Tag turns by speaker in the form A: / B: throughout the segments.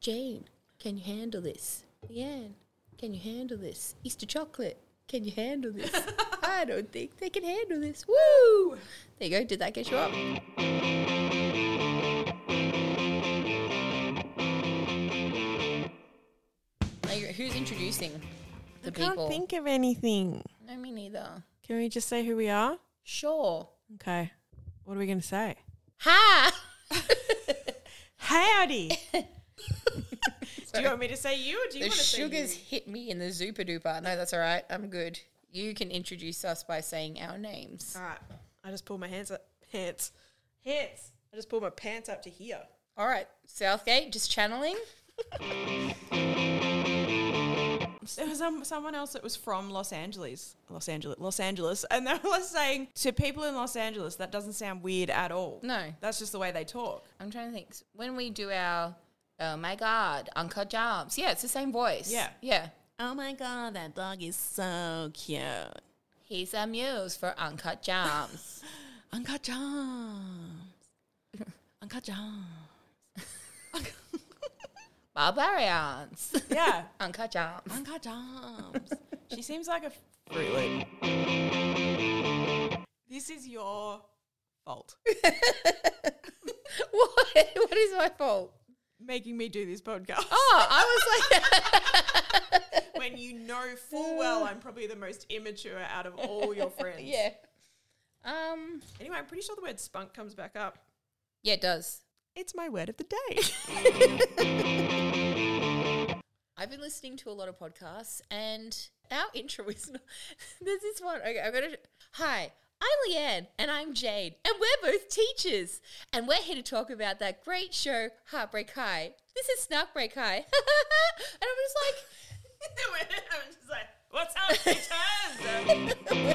A: Jane, can you handle this? Leanne, can you handle this? Easter chocolate, can you handle this? I don't think they can handle this. Woo! There you go. Did that get you up? There you go. Who's introducing the
B: I
A: people?
B: can't think of anything.
A: No, me neither.
B: Can we just say who we are?
A: Sure.
B: Okay. What are we going to say?
A: Ha!
B: Howdy. do you want me to say you or do you
A: the
B: want to say
A: sugars
B: you?
A: hit me in the super duper. No, that's all right. I'm good. You can introduce us by saying our names.
B: All right. I just pull my hands up. Pants. Hands. I just pull my pants up to here.
A: All right, Southgate, just channeling.
B: There was um, someone else that was from Los Angeles, Los Angeles, Los Angeles, and they were saying to people in Los Angeles that doesn't sound weird at all.
A: No.
B: that's just the way they talk.
A: I'm trying to think. When we do our, oh my God, Uncle Jobs. Yeah, it's the same voice.
B: Yeah.
A: Yeah.
B: Oh my god, that dog is so cute.
A: He's a muse for Uncut Jams.
B: Uncut John. Uncut John.
A: Barbarians.
B: Yeah,
A: Uncut Jams.
B: Uncut John. she seems like a fruit loop. This is your fault
A: What? What is my fault?
B: making me do this podcast.
A: Oh, I was like,
B: when you know full well I'm probably the most immature out of all your friends.
A: yeah. Um,
B: Anyway, I'm pretty sure the word spunk comes back up.
A: yeah, it does.
B: It's my word of the day.
A: I've been listening to a lot of podcasts, and our intro is not. There's this one. Okay, I'm gonna. Hi, I'm Leanne, and I'm Jade, and we're both teachers, and we're here to talk about that great show, Heartbreak High. This is Snark Break High, and I'm just like.
B: I'm just like, what's up, bitches?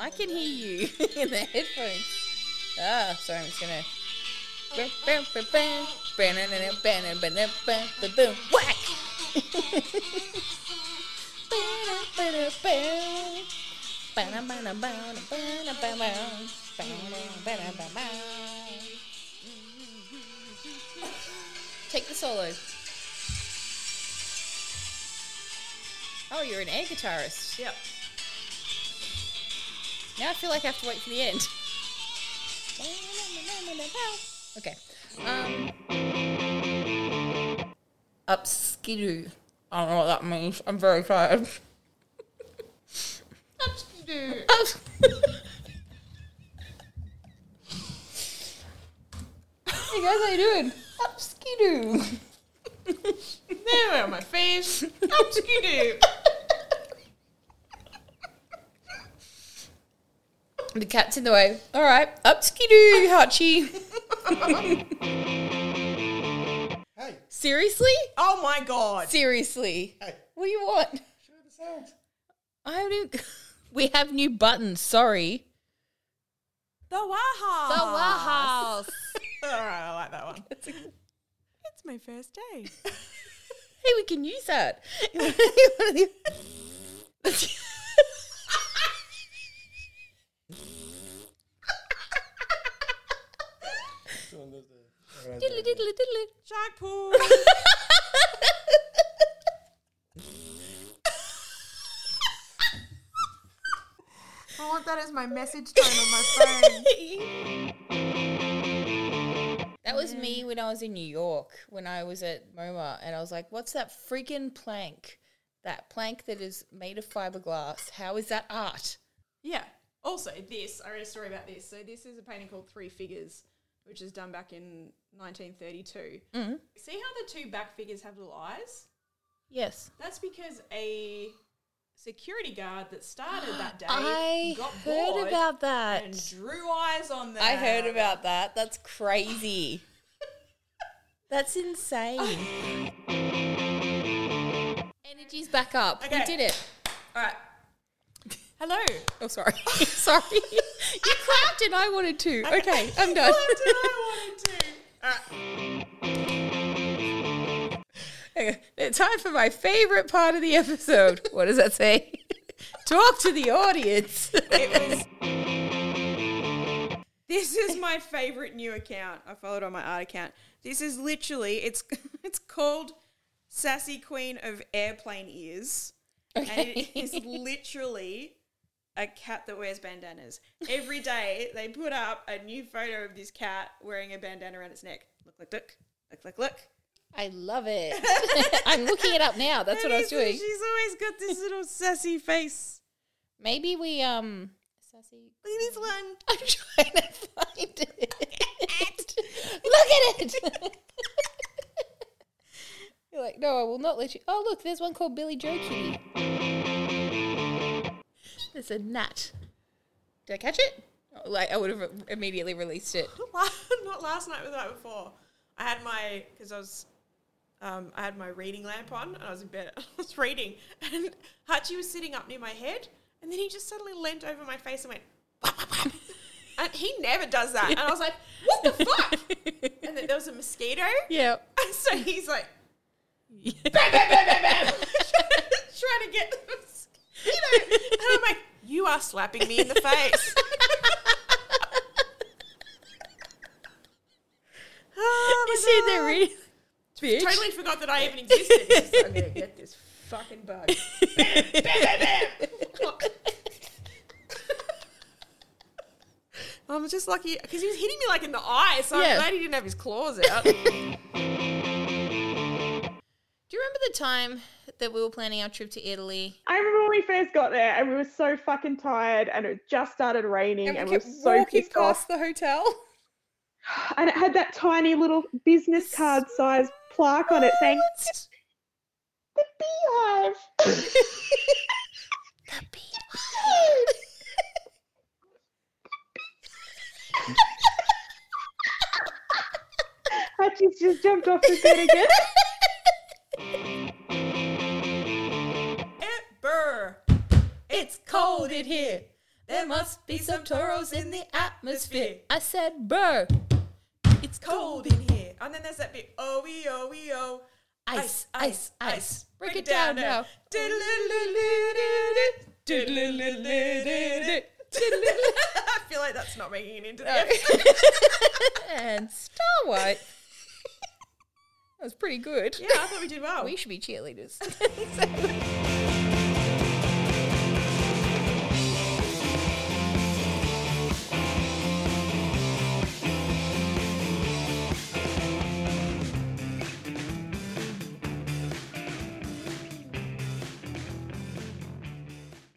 A: I can hear you in the headphones. Ah, sorry, I'm just gonna. Whack! Take the solo. Oh, you're an air guitarist.
B: yep.
A: Now I feel like I have to wait for the end. Okay. Um, upskidoo. I don't know what that means. I'm very tired.
B: Upskidoo.
A: Ups- hey guys, how you doing? Upskidoo.
B: There are my face. Upskidoo.
A: The cat's in the way. All right. Upskidoo, Hachi.
C: Hey,
A: Seriously?
B: Oh my god.
A: Seriously.
C: hey,
A: What do you want?
C: show the sounds.
A: I don't. We have new buttons. Sorry.
B: The Waha.
A: Ah.
B: All right, I like that one.
A: That's a-
B: It's my first day.
A: Hey, we can use that. That's
C: Someone does the- around
A: diddly
C: there.
A: diddly diddly.
B: Shark pool. I want that as my message tone on my phone.
A: That was me when I was in New York, when I was at MoMA, and I was like, what's that freaking plank? That plank that is made of fiberglass. How is that art?
B: Yeah. Also, this I read a story about this. So this is a painting called Three Figures, which is done back in 1932. See how the two back figures have little eyes?
A: Yes.
B: That's because a security guard that started that day
A: I
B: got
A: heard
B: bored
A: about that.
B: and drew eyes on them.
A: I heard about that. That's crazy. That's insane. Energy's back up. We
B: Okay.
A: did it.
B: All right. Hello.
A: Oh, sorry. sorry. you clapped and I wanted to. Okay, I'm done.
B: What did I want to do? All right.
A: Okay, it's time for my favorite part of the episode. What does that say? Talk to the audience.
B: It was This is my favorite new account. I followed on my art account. This is literally it's it's called Sassy Queen of Airplane Ears. And it is literally a cat that wears bandanas. Every day they put up a new photo of this cat wearing a bandana around its neck. Look, look, look, look, look, look.
A: I love it. I'm looking it up now. That's what I was
B: And
A: doing.
B: it's- She's always got this little sassy face.
A: Maybe we um sassy.
B: Look at this one.
A: I'm trying to find it. Look at it. You're like, no, I will not let you. Oh, look, there's one called Billy Joe Kitty. There's a gnat. Did I catch it? Oh, Like I would have immediately released it.
B: La- not last night, but the night before. I had my because I was, um, I had my reading lamp on, and I was in bed. I was reading, and Hachi was sitting up near my head, and then he just suddenly leant over my face and went, "Whap, whap, whap." and he never does that. And I was like, what the fuck? and then there was a mosquito,
A: yeah.
B: and so he's like, trying to get the mosquito, and I'm like, you are slapping me in the face. Oh, my
A: Is he in there
B: God.
A: really? uh, Bitch.
B: Totally forgot that I even existed. It's like, I'm gonna get this fucking bug. I'm just lucky because he was hitting me like in the eye, so
A: Yeah.
B: I'm glad he didn't have his claws out.
A: Do you remember the time that we were planning our trip to Italy
B: I remember when we first got there and we were so fucking tired and it just started raining and, we, were so pissed off.
A: the hotel?
B: And it had that tiny little business card size plaque on it saying the beehive. Hutchie's just jumped off the bed again. Burr. It's
A: Cold in here. There must be some toros in the atmosphere. I said, burr. It's
B: cold in here. And then there's that bit, oh, we, oh, we, oh.
A: Ice, ice, ice. Break it down now.
B: I feel like that's not making it into the episode.
A: and Starlight. That was pretty good.
B: Yeah, I thought we did well.
A: We should be cheerleaders. Exactly.